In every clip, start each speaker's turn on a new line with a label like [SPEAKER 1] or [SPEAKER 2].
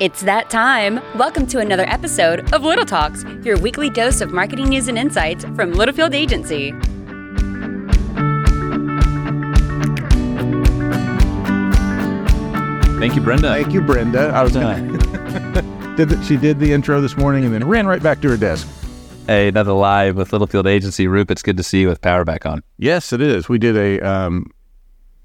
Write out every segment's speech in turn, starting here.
[SPEAKER 1] It's that time. Welcome to another episode of Little Talks, your weekly dose of marketing news and insights from Littlefield Agency.
[SPEAKER 2] Thank you, Brenda.
[SPEAKER 3] Thank you, Brenda. I was gonna, did the, she did the intro this morning and then ran right back to her desk.
[SPEAKER 2] Hey, another live with Littlefield Agency. Roop, it's good to see you with Power Back on.
[SPEAKER 3] Yes, it is. We did a um,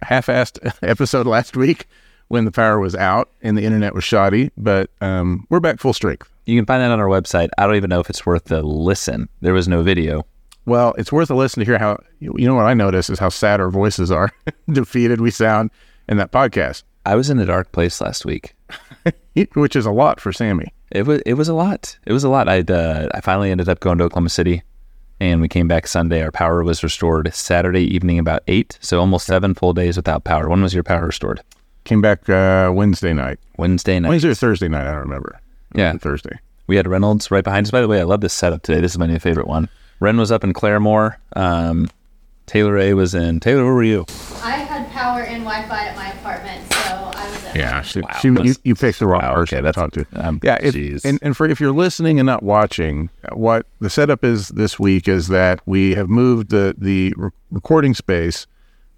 [SPEAKER 3] half-assed episode last week when the power was out and the internet was shoddy, but um, we're back full strength.
[SPEAKER 2] You can find that on our website. I don't even know if it's worth the listen. There was no video.
[SPEAKER 3] Well, it's worth a listen to hear how you you know what I notice is how sad our voices are, defeated we sound in that podcast,
[SPEAKER 2] I was in a dark place last week.
[SPEAKER 3] which is a lot for Sammy.
[SPEAKER 2] It was it was a lot. It was a lot. I uh, I finally ended up going to Oklahoma City, and we came back Sunday. Our power was restored Saturday evening about eight. So almost seven full days without power. When was your power restored?
[SPEAKER 3] Came back uh, Wednesday night,
[SPEAKER 2] Wednesday night.
[SPEAKER 3] Wednesday or Thursday night, I don't remember.
[SPEAKER 2] Yeah.
[SPEAKER 3] Thursday.
[SPEAKER 2] We had Reynolds right behind us. By the way, I love this setup today. This is my new favorite one. Ren was up in Claremore. Um, Taylor A was in. Taylor, where were you?
[SPEAKER 4] I had power and Wi-Fi at my apartment, so I was. At
[SPEAKER 3] Yeah, she, she, you, you picked the wrong
[SPEAKER 2] Wow,
[SPEAKER 3] person
[SPEAKER 2] okay,
[SPEAKER 3] to
[SPEAKER 2] that's-
[SPEAKER 3] talk to.
[SPEAKER 2] um,
[SPEAKER 3] yeah, it-
[SPEAKER 2] jeez.
[SPEAKER 3] and, and for if you're listening and not watching, what the setup is this week is that we have moved the the re- recording space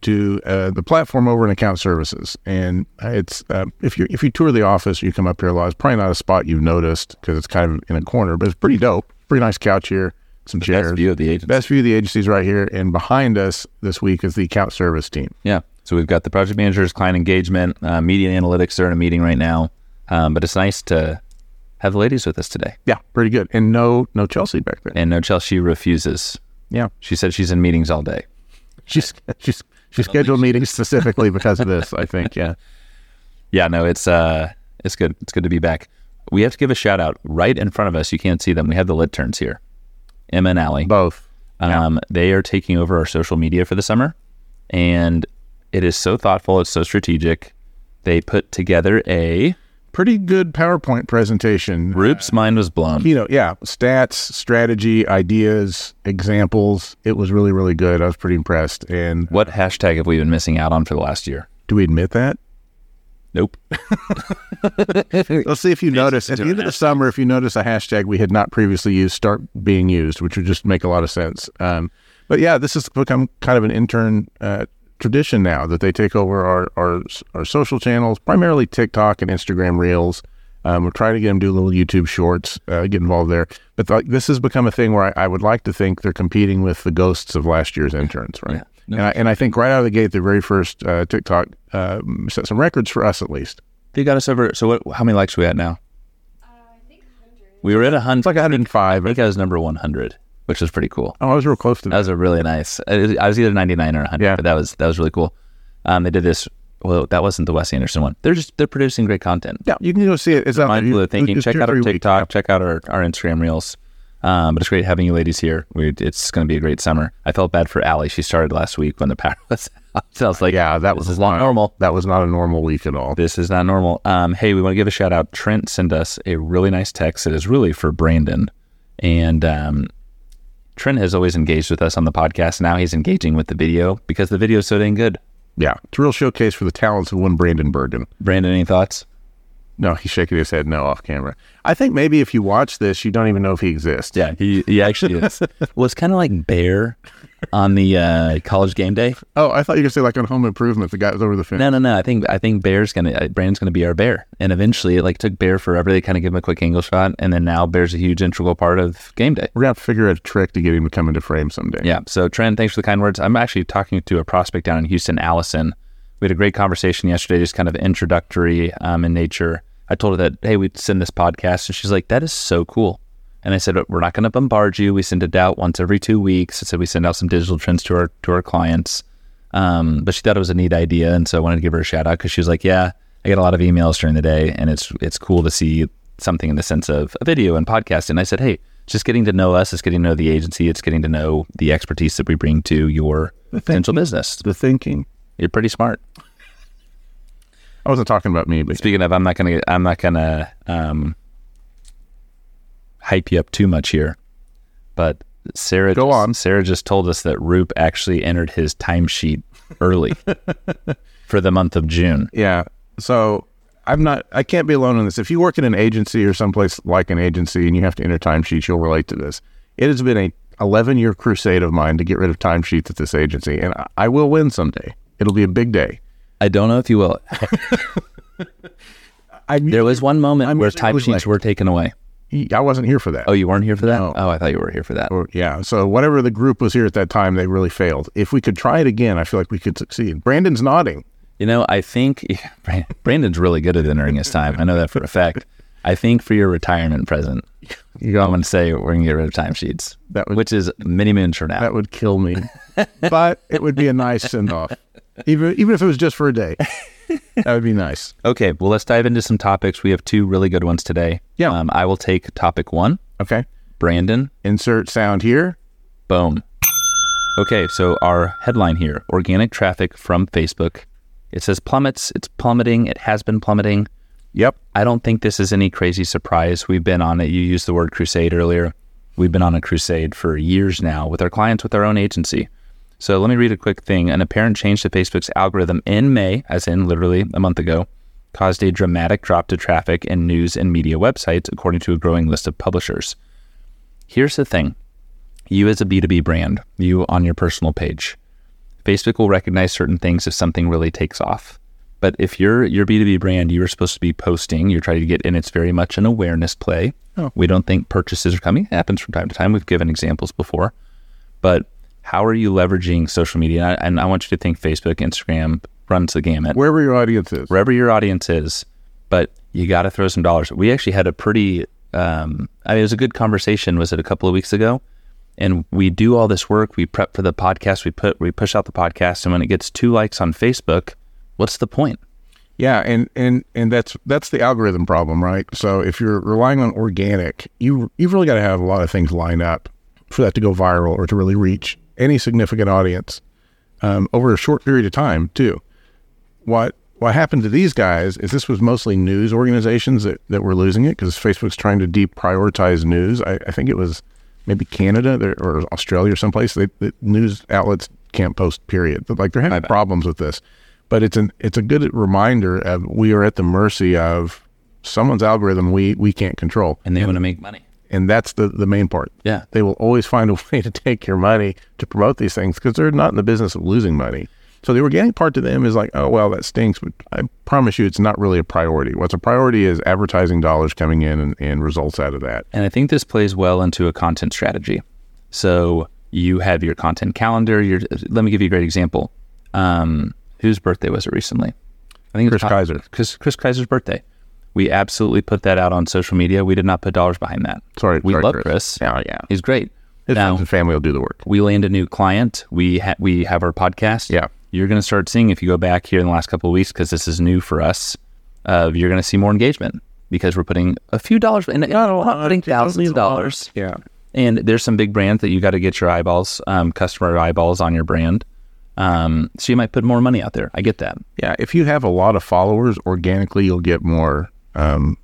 [SPEAKER 3] to uh, the platform over in account services, and it's uh, if you if you tour the office, you come up here a lot. It's probably not a spot you've noticed because it's kind of in a corner, but it's pretty dope. Pretty nice couch here, some chairs.
[SPEAKER 2] Best view of the agency.
[SPEAKER 3] Best view of the agency's right here, and behind us this week is the account service team.
[SPEAKER 2] Yeah. So we've got the project managers, client engagement, uh, media analytics. They're in a meeting right now, um, but it's nice to have the ladies with us today.
[SPEAKER 3] Yeah, pretty good, and no no Chelsea back there.
[SPEAKER 2] And no, Chelsea refuses.
[SPEAKER 3] Yeah.
[SPEAKER 2] She said she's in meetings all day.
[SPEAKER 3] She's she's she scheduled meetings specifically because of this. I think. Yeah.
[SPEAKER 2] Yeah. No, it's uh, it's good. It's good to be back. We have to give a shout out right in front of us. You can't see them. We have the lit turns here. Emma and Allie.
[SPEAKER 3] Both.
[SPEAKER 2] Um, They are taking over our social media for the summer, and it is so thoughtful. It's so strategic. They put together a.
[SPEAKER 3] Pretty good PowerPoint presentation.
[SPEAKER 2] Rupe's mind was blown.
[SPEAKER 3] You know, yeah, stats, strategy, ideas, examples. It was really, really good. I was pretty impressed. And
[SPEAKER 2] What hashtag have we been missing out on for the last year?
[SPEAKER 3] do we admit that?
[SPEAKER 2] Nope.
[SPEAKER 3] Let's see if you notice at the end of the summer. If you notice a hashtag we had not previously used start being used, which would just make a lot of sense. Um, but yeah, this has become kind of an intern uh, tradition now that they take over our, our our social channels, primarily TikTok and Instagram Reels. Um, we're trying to get them to do little YouTube Shorts, uh, get involved there. But like this has become a thing where I, I would like to think they're competing with the ghosts of last year's interns, right?
[SPEAKER 2] No,
[SPEAKER 3] and, I, and I think right out of the gate, the very first uh, TikTok um, set some records for us, at least.
[SPEAKER 2] They got us over. So what? How many likes we at now? We were at Uh, a hundred.
[SPEAKER 3] It's like 105.
[SPEAKER 2] I think I was number one hundred, which was pretty cool.
[SPEAKER 3] Oh, I was real close to
[SPEAKER 2] That was a really nice. I was- I was either ninety nine or hundred.
[SPEAKER 3] Yeah.
[SPEAKER 2] but that was that was really cool. Um, they did this. Well, that wasn't the Wes Anderson one. They're just they're producing great content.
[SPEAKER 3] Yeah, you can go see it. It's out
[SPEAKER 2] Mindful
[SPEAKER 3] there.
[SPEAKER 2] of thinking.
[SPEAKER 3] It's
[SPEAKER 2] Check
[SPEAKER 3] two or
[SPEAKER 2] out our
[SPEAKER 3] three weeks.
[SPEAKER 2] TikTok. Check out our, our Instagram reels. Um, but it's great having you ladies here. We, it's going to be a great summer. I felt bad for Allie. She started last week when the power was out. So I was like,
[SPEAKER 3] Yeah, that was
[SPEAKER 2] this is not normal.
[SPEAKER 3] That was not a normal week at all.
[SPEAKER 2] This is not normal. Um, hey, we want to give a shout out. Trent sent us a really nice text. It is really for Brandon. And um, Trent has always engaged with us on the podcast. Now he's engaging with the video because the video is so dang good.
[SPEAKER 3] Yeah, it's a real showcase for the talents of one Brandon Bergen.
[SPEAKER 2] Brandon, any thoughts?
[SPEAKER 3] No, he's shaking his head no off camera. I think maybe if you watch this, you don't even know if he exists.
[SPEAKER 2] Yeah, he, he actually is. well, it's kind of like Bear on the uh, college game day.
[SPEAKER 3] Oh, I thought you were going to say like on Home Improvement, the guy was over the fence.
[SPEAKER 2] No, no, no. I think I think Bear's gonna uh, Brandon's gonna be our Bear, and eventually it like took Bear forever. They kind of give him a quick angle shot, and then now Bear's a huge integral part of game day.
[SPEAKER 3] We're going to have to figure out a trick to get him to come into frame someday.
[SPEAKER 2] Yeah. So Trent, thanks for the kind words. I'm actually talking to a prospect down in Houston, Allison. We had a great conversation yesterday, just kind of introductory um, in nature. I told her that hey, we'd send this podcast, and she's like, "That is so cool." And I said, "We're not going to bombard you. We send it out once every two weeks." I said we send out some digital trends to our to our clients. Um, but she thought it was a neat idea, and so I wanted to give her a shout out because she was like, "Yeah, I get a lot of emails during the day, and it's it's cool to see something in the sense of a video and podcast." And I said, "Hey, just getting to know us, it's getting to know the agency, it's getting to know the expertise that we bring to your potential business.
[SPEAKER 3] The thinking.
[SPEAKER 2] You're pretty smart."
[SPEAKER 3] I wasn't talking about me, but
[SPEAKER 2] Speaking of, I'm not gonna I'm not gonna um, hype you up too much here, but Sarah
[SPEAKER 3] Go
[SPEAKER 2] just-
[SPEAKER 3] on.
[SPEAKER 2] Sarah just told us that Roop actually entered his timesheet early for the month of June.
[SPEAKER 3] yeah. So I'm not. I can't be alone on this. If you work in an agency or someplace like an agency and you have to enter timesheets, you'll relate to this. It has been a 11 year crusade of mine to get rid of timesheets at this agency, and I, I will win someday. It'll be a big day.
[SPEAKER 2] I don't know if you will. there was one moment
[SPEAKER 3] I'm
[SPEAKER 2] where
[SPEAKER 3] usually
[SPEAKER 2] type
[SPEAKER 3] really
[SPEAKER 2] sheets
[SPEAKER 3] late.
[SPEAKER 2] were taken away.
[SPEAKER 3] I wasn't here for that.
[SPEAKER 2] Oh, you weren't here for that?
[SPEAKER 3] No.
[SPEAKER 2] Oh, I thought you were here for that.
[SPEAKER 3] Or- yeah. So whatever the group was here at that time, they really failed. If we could try it again, I feel like we could succeed. Brandon's nodding.
[SPEAKER 2] You know, I think yeah, Brandon's really good at entering his time. I know that for a fact. I think for your retirement present, you go. I'm going to say we're going to get rid of timesheets,
[SPEAKER 3] That would-
[SPEAKER 2] which is many moons from now.
[SPEAKER 3] That would kill me, but it would be a nice send off, even even if it was just for a day. That would be nice.
[SPEAKER 2] okay, well, let's dive into some topics. We have two really good ones today.
[SPEAKER 3] Yeah.
[SPEAKER 2] Um, I will take topic one,
[SPEAKER 3] Okay.
[SPEAKER 2] Brandon.
[SPEAKER 3] Insert sound here.
[SPEAKER 2] Boom. Okay, so our headline here organic traffic from Facebook. It says plummets. It's plummeting. It has been plummeting.
[SPEAKER 3] Yep.
[SPEAKER 2] I don't think this is any crazy surprise. We've been on it. You used the word crusade earlier. We've been on a crusade for years now with our clients, with our own agency. So let me read a quick thing. An apparent change to Facebook's algorithm in May, as in literally a month ago, caused a dramatic drop to traffic in news and media websites, according to a growing list of publishers. Here's the thing you as a B2B brand, you on your personal page, Facebook will recognize certain things if something really takes off. But if you're your B2B brand, you're supposed to be posting, you're trying to get in, it's very much an awareness play. We don't think purchases are coming. It happens from time to time. We've given examples before. But how are you leveraging social media? And I, and I want you to think Facebook, Instagram runs the gamut
[SPEAKER 3] Wherever your audience is.
[SPEAKER 2] wherever your audience is, but you got to throw some dollars. We actually had a pretty, um, I mean, it was a good conversation. Was it a couple of weeks ago? And we do all this work. We prep for the podcast. We put we push out the podcast, and when it gets two likes on Facebook, what's the point?
[SPEAKER 3] Yeah, and and and that's that's the algorithm problem, right? So if you're relying on organic, you you've really got to have a lot of things lined up for that to go viral or to really reach any significant audience um, over a short period of time, too. What what happened to these guys is this was mostly news organizations that, that were losing it because Facebook's trying to deprioritize news. I, I think it was maybe Canada there- or Australia or someplace. They, the news outlets can't post. Period. But like they're having problems with this. But it's an it's a good reminder of we are at the mercy of someone's algorithm we we can't control,
[SPEAKER 2] And they want to make money.
[SPEAKER 3] and that's the the main part.
[SPEAKER 2] Yeah.
[SPEAKER 3] they will always find a way to take your money to promote these things because they're not in the business of losing money. So the organic part to them is like, oh well, that stinks, but I promise you, it's not really a priority. What's a priority is advertising dollars coming in and, and results out of that.
[SPEAKER 2] And I think this plays well into a content strategy. So you have your content calendar. Your let me give you a great example. Um, whose birthday was it recently? I think it was
[SPEAKER 3] Chris Kaiser.
[SPEAKER 2] Uh, Chris, Chris Kaiser's birthday. We absolutely put that out on social media. We did not put dollars behind that.
[SPEAKER 3] Sorry,
[SPEAKER 2] we
[SPEAKER 3] sorry,
[SPEAKER 2] love Chris.
[SPEAKER 3] Chris. Oh, yeah.
[SPEAKER 2] he's great.
[SPEAKER 3] His
[SPEAKER 2] now
[SPEAKER 3] friends and family will do the work.
[SPEAKER 2] we land a new client. We ha- we have our podcast.
[SPEAKER 3] Yeah.
[SPEAKER 2] you're going to start seeing if you go back here in the last couple of weeks because this is new for us. Uh, you're going to see more engagement because we're putting a few dollars and not a lot, putting thousands of dollars.
[SPEAKER 3] Yeah.
[SPEAKER 2] And there's some big brands that you got to get your eyeballs, um, customer eyeballs on your brand. Um, so you might put more money out there. I get that.
[SPEAKER 3] Yeah, if you have a lot of followers, organically you'll get more um,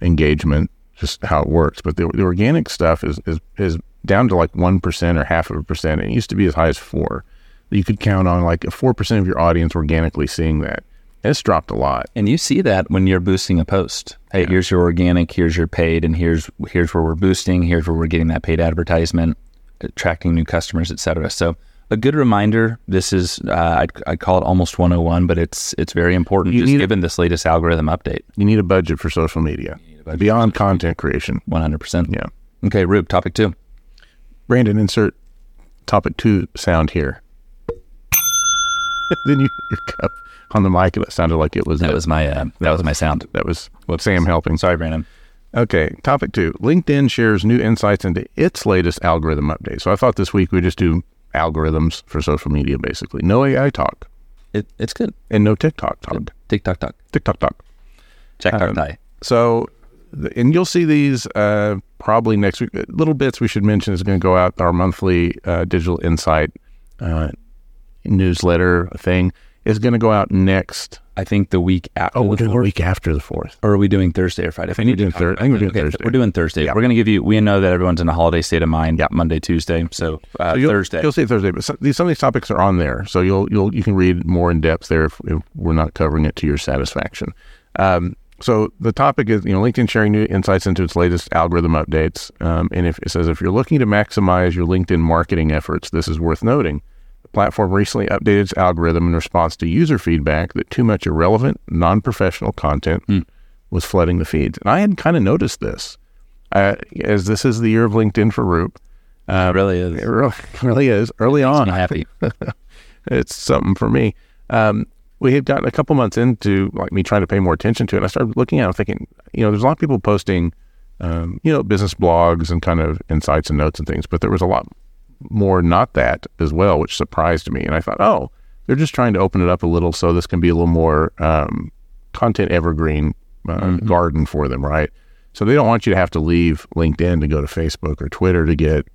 [SPEAKER 3] engagement. Just how it works, but the, the organic stuff is, is is down to like one percent or half of a percent. It used to be as high as four. You could count on like four percent of your audience organically seeing that. It's dropped a lot.
[SPEAKER 2] And you see that when you're boosting a post. Hey, here's your organic, here's your paid, and here's here's where we're boosting, here's where we're getting that paid advertisement, attracting new customers, et cetera. So a good reminder. This is uh, I'd, I'd call it almost 101, but it's it's very important. just
[SPEAKER 3] need-
[SPEAKER 2] given this latest algorithm update,
[SPEAKER 3] You need a budget for social media beyond content creation.
[SPEAKER 2] 100. percent
[SPEAKER 3] Yeah,
[SPEAKER 2] Okay, Rube. Topic two.
[SPEAKER 3] Brandon, insert topic two sound here. then you your cup on the mic, and it sounded like it was
[SPEAKER 2] That was my uh, that was my sound.
[SPEAKER 3] that was Sam helping.
[SPEAKER 2] Sorry, Brandon.
[SPEAKER 3] Okay, topic two. LinkedIn shares new insights into its latest algorithm update. So I thought this week we just do algorithms for social media, basically. No AI talk
[SPEAKER 2] It, it's good.
[SPEAKER 3] and no TikTok talk.
[SPEAKER 2] Tick tock tock.
[SPEAKER 3] TikTok talk. Uh,
[SPEAKER 2] Check tock tie.
[SPEAKER 3] So, th- and you'll see these uh, probably next week. Uh, Little bits we should mention is going to go out our monthly uh, digital insight uh, newsletter thing is going to go out next.
[SPEAKER 2] I think the week after.
[SPEAKER 3] Oh, we're doing the week after the fourth.
[SPEAKER 2] or are we doing Thursday or Friday? If I need
[SPEAKER 3] We're doing
[SPEAKER 2] to-
[SPEAKER 3] Thur- I think we're doing Thursday.
[SPEAKER 2] We're doing Thursday. We're going to give you. We know that everyone's in a holiday state of mind. Yeah. Monday, Tuesday. So, uh,
[SPEAKER 3] So you'll,
[SPEAKER 2] Thursday.
[SPEAKER 3] You'll see Thursday, but some, these, some of these topics are on there, so you'll you'll you can read more in depth there if, if we're not covering it to your satisfaction. Um, So the topic is, you know, LinkedIn sharing new insights into its latest algorithm updates. Um, and if it says if you're looking to maximize your LinkedIn marketing efforts, this is worth noting. The platform recently updated its algorithm in response to user feedback that too much irrelevant, non-professional content
[SPEAKER 2] Hmm.
[SPEAKER 3] was flooding the feeds. And I had kind of noticed this, uh, as this is the year of LinkedIn for Roop.
[SPEAKER 2] it Uh, really is.
[SPEAKER 3] It really, really is early on
[SPEAKER 2] I'm happy.
[SPEAKER 3] it's something for me. Um, we had gotten a couple months into like me trying to pay more attention to it. And I started looking at it, thinking, you know, there's a lot of people posting, um, you know, business blogs and kind of insights and notes and things, but there was a lot more not that as well, which surprised me. And I thought, oh, they're just trying to open it up a little so this can be a little more um, content evergreen uh, garden for them, right? So they don't want you to have to leave LinkedIn to go to Facebook or Twitter to get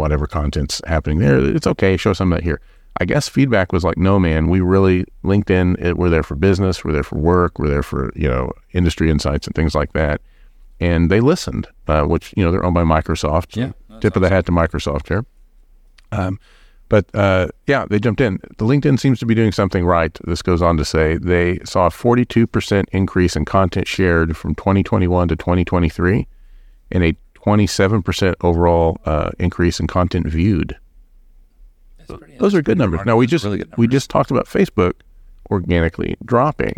[SPEAKER 3] whatever content's happening there. It's okay, show some of that here. I guess feedback was like, no, man, we really LinkedIn. It, we're there for business, we're there for work, we're there for you know industry insights and things like that. And they listened, uh, which you know they're owned by Microsoft.
[SPEAKER 2] Yeah,
[SPEAKER 3] tip of the hat to Microsoft here. But uh, yeah, they jumped in. The LinkedIn seems to be doing something right. This goes on to say they saw a 42% increase in content shared from 2021 to 2023 and a 27% overall uh, increase in content viewed. Those are good numbers. Now, we just,
[SPEAKER 2] really good
[SPEAKER 3] we just talked about Facebook organically dropping.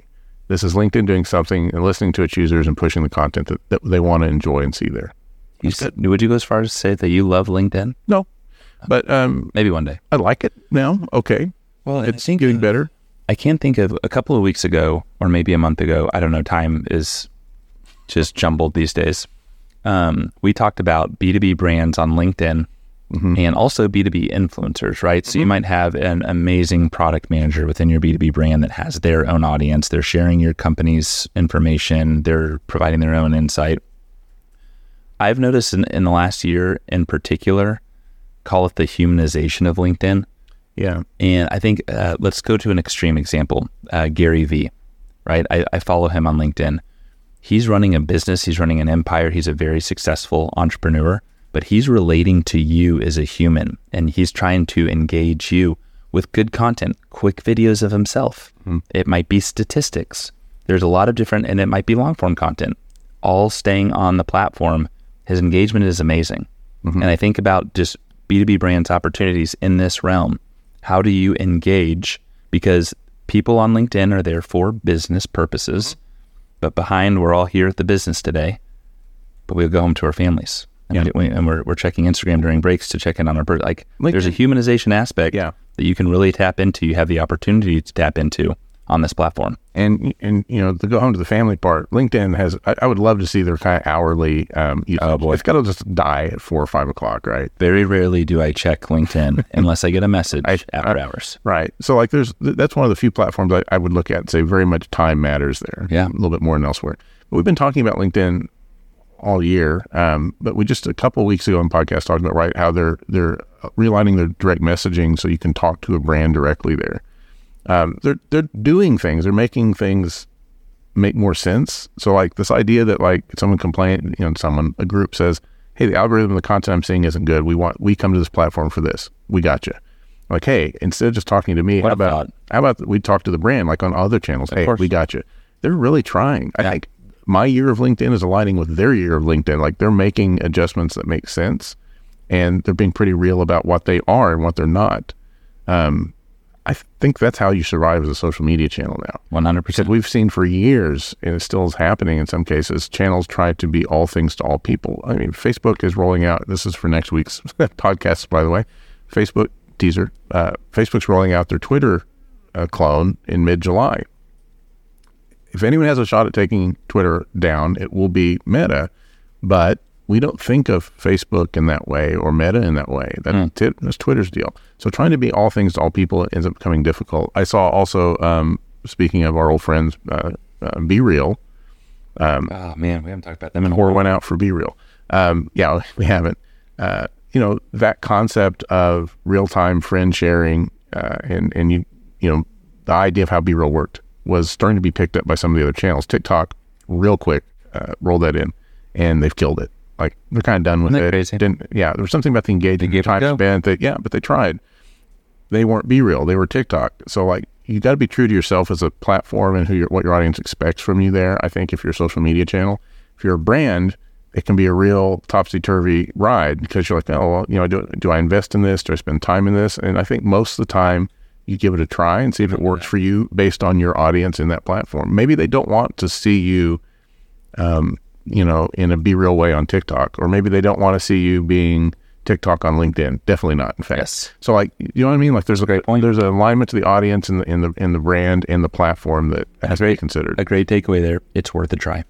[SPEAKER 3] This is LinkedIn doing something and listening to its users and pushing the content that, that they want to enjoy and see there.
[SPEAKER 2] You said, would you go as far as to say that you love LinkedIn?
[SPEAKER 3] No, but um,
[SPEAKER 2] Maybe one day.
[SPEAKER 3] I like it now. Okay.
[SPEAKER 2] Well,
[SPEAKER 3] It's getting better.
[SPEAKER 2] I can think of a couple of weeks ago, or maybe a month ago. I don't know. Time is just jumbled these days. Um, we talked about B two B brands on LinkedIn, and also B two B influencers. Right. So you might have an amazing product manager within your B two B brand that has their own audience. They're sharing your company's information. They're providing their own insight. I've noticed in, in the last year, in particular, call it the humanization of LinkedIn.
[SPEAKER 3] Yeah.
[SPEAKER 2] And I think uh, let's go to an extreme example uh, Gary Vee, right? I, I follow him on LinkedIn. He's running a business, he's running an empire, he's a very successful entrepreneur, but he's relating to you as a human and he's trying to engage you with good content, quick videos of himself. It might be statistics. There's a lot of different, and it might be long form content, all staying on the platform. His engagement is amazing. And I think about just B2B brands opportunities in this realm. How do you engage? Because people on LinkedIn are there for business purposes, but behind, we're all here at the business today, but we go home to our families. And, we- we, and we're, we're checking Instagram during breaks to check in on our birth. Like, there's a humanization aspect
[SPEAKER 3] Yeah.
[SPEAKER 2] that you can really tap into. You have the opportunity to tap into on this platform.
[SPEAKER 3] and and you know the go home to the family part. LinkedIn has. I, I would love to see their kind of hourly. Um, oh boy, it's got to just die at four or five o'clock, right?
[SPEAKER 2] Very rarely do I check LinkedIn unless I get a message after
[SPEAKER 3] I-
[SPEAKER 2] hours.
[SPEAKER 3] Right. So like, there's th- that's one of the few platforms I, I would look at and say very much time matters there.
[SPEAKER 2] Yeah.
[SPEAKER 3] a little bit more than elsewhere. But we've been talking about LinkedIn all year. Um, but we just a couple weeks ago on the podcast talked about right how they're they're uh, realigning their direct messaging so you can talk to a brand directly there. Um, they're they're doing things. They're making things make more sense. So like this idea that like someone complain, you know, someone a group says, "Hey, the algorithm, the content I'm seeing isn't good. We want we come to this platform for this. We got you." Like, hey, instead of just talking to me,
[SPEAKER 2] What
[SPEAKER 3] how
[SPEAKER 2] a
[SPEAKER 3] about
[SPEAKER 2] thought.
[SPEAKER 3] how about we talk to the brand like on other channels? hey,
[SPEAKER 2] course.
[SPEAKER 3] we got you. They're really trying. I think my year of LinkedIn is aligning with their year of LinkedIn. Like they're making adjustments that make sense, and they're being pretty real about what they are and what they're not. Um, I think that's how you survive as a social media channel now.
[SPEAKER 2] 100%.
[SPEAKER 3] Because we've seen for years, and it still is happening in some cases, channels try to be all things to all people. I mean, Facebook is rolling out, this is for next week's podcast, by the way, Facebook teaser. Uh, Facebook's rolling out their Twitter uh, clone in mid July. If anyone has a shot at taking Twitter down, it will be Meta, but we don't think of Facebook in that way or Meta in that way. That, That's Twitter's deal. So trying to be all things to all people ends up becoming difficult. I saw also, um, speaking of our old friends, uh, uh, Be Real,
[SPEAKER 2] Oh, man, we haven't talked about them in a
[SPEAKER 3] or went out for Be Real. Um, yeah, we haven't. Uh, you know that concept of real time friend sharing, uh, and and you you know the idea of how Be Real worked was starting to be picked up by some of the other channels. TikTok, real quick, uh, rolled that in, and they've killed it. Like they're kind of done with
[SPEAKER 2] Isn't that
[SPEAKER 3] it.
[SPEAKER 2] crazy?
[SPEAKER 3] Didn't, yeah, there was something about the engagement
[SPEAKER 2] gave it a
[SPEAKER 3] time
[SPEAKER 2] go.
[SPEAKER 3] spent that yeah, but they tried they weren't Be Real, they were TikTok. So like you got to be true to yourself as a platform and who your, what your audience expects from you there. I think if you're a social media channel, if you're a brand, it can be a real topsy turvy ride because you're like, oh, well, you know, do, do I invest in this? Do I spend time in this? And I think most of the time you give it a try and see if it works for you based on your audience in that platform. Maybe they don't want to see you, um, you know, in a be real way on TikTok, or maybe they don't want to see you being TikTok on LinkedIn. Definitely not. In fact,
[SPEAKER 2] Yes.
[SPEAKER 3] so like, you know what I mean? Like, there's like a, there's an alignment to the audience and the in the in the brand and the platform that has to be considered.
[SPEAKER 2] A great takeaway there. It's worth a try.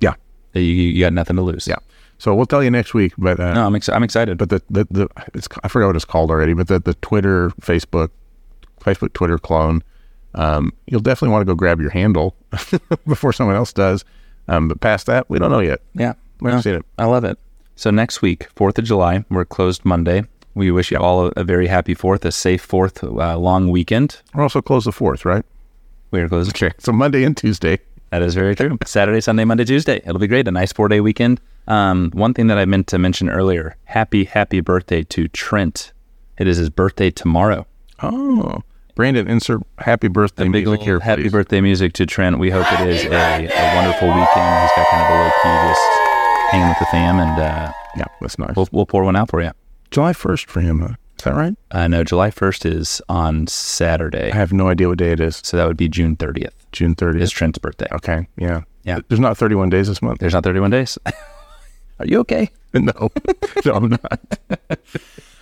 [SPEAKER 3] yeah,
[SPEAKER 2] You, you you got nothing to lose.
[SPEAKER 3] yeah. So we'll tell you next week, but uh,
[SPEAKER 2] No, I'm, ex- I'm excited.
[SPEAKER 3] but the the, the it's, I forgot what it's called already, but the the Twitter, Facebook, Facebook, Twitter clone. Um, you'll definitely want to go grab your handle before someone else does. Um, but past that, we don't know yet.
[SPEAKER 2] Yeah.
[SPEAKER 3] We haven't seen it.
[SPEAKER 2] I love it. So next week, 4th of July, we're closed Monday. We wish you all a, a very happy 4th, a safe 4th uh, long weekend.
[SPEAKER 3] We're also closed the fourth, right?
[SPEAKER 2] We are closed.
[SPEAKER 3] Okay, so Monday and Tuesday.
[SPEAKER 2] That is very true. Saturday, Sunday, Monday, Tuesday. It'll be great. A nice four day weekend. Um, one thing that I meant to mention earlier happy, happy birthday to Trent. It is his birthday tomorrow.
[SPEAKER 3] Oh, Brandon, insert happy birthday
[SPEAKER 2] Big
[SPEAKER 3] music
[SPEAKER 2] ol'
[SPEAKER 3] here.
[SPEAKER 2] happy
[SPEAKER 3] please.
[SPEAKER 2] birthday music to Trent. We hope it is a, a wonderful weekend. He's got kind of a low key, just hanging with the fam, and uh,
[SPEAKER 3] Yeah, that's nice.
[SPEAKER 2] we'll, we'll pour one out for you.
[SPEAKER 3] July 1st for him. Huh? Is that right?
[SPEAKER 2] I know Uh, July 1st is on Saturday.
[SPEAKER 3] I have no idea what day it is.
[SPEAKER 2] So that would be June 30th.
[SPEAKER 3] June
[SPEAKER 2] It's
[SPEAKER 3] 30th.
[SPEAKER 2] Trent's birthday.
[SPEAKER 3] Okay. Yeah.
[SPEAKER 2] Yeah.
[SPEAKER 3] There's not 31 days this month.
[SPEAKER 2] There's not 31 days. Are you okay?
[SPEAKER 3] No. no, I'm not.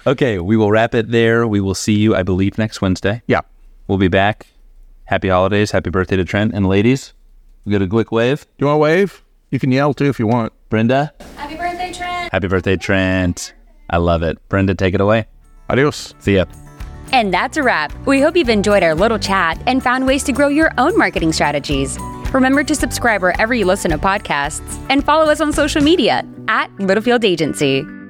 [SPEAKER 2] Okay, we will wrap it there. We will see you, I believe, next Wednesday.
[SPEAKER 3] Yeah.
[SPEAKER 2] We'll be back. Happy holidays. Happy birthday to Trent. And ladies, we get a quick wave.
[SPEAKER 3] Do you want to wave? You can yell too if you want.
[SPEAKER 2] Brenda,
[SPEAKER 4] Happy birthday, Trent.
[SPEAKER 2] happy birthday, Trent. I love it. Brenda, take it away.
[SPEAKER 3] Adios.
[SPEAKER 2] See ya.
[SPEAKER 1] And that's a wrap. We hope you've enjoyed our little chat and found ways to grow your own marketing strategies. Remember to subscribe wherever you listen to podcasts and follow us on social media at Littlefield Agency.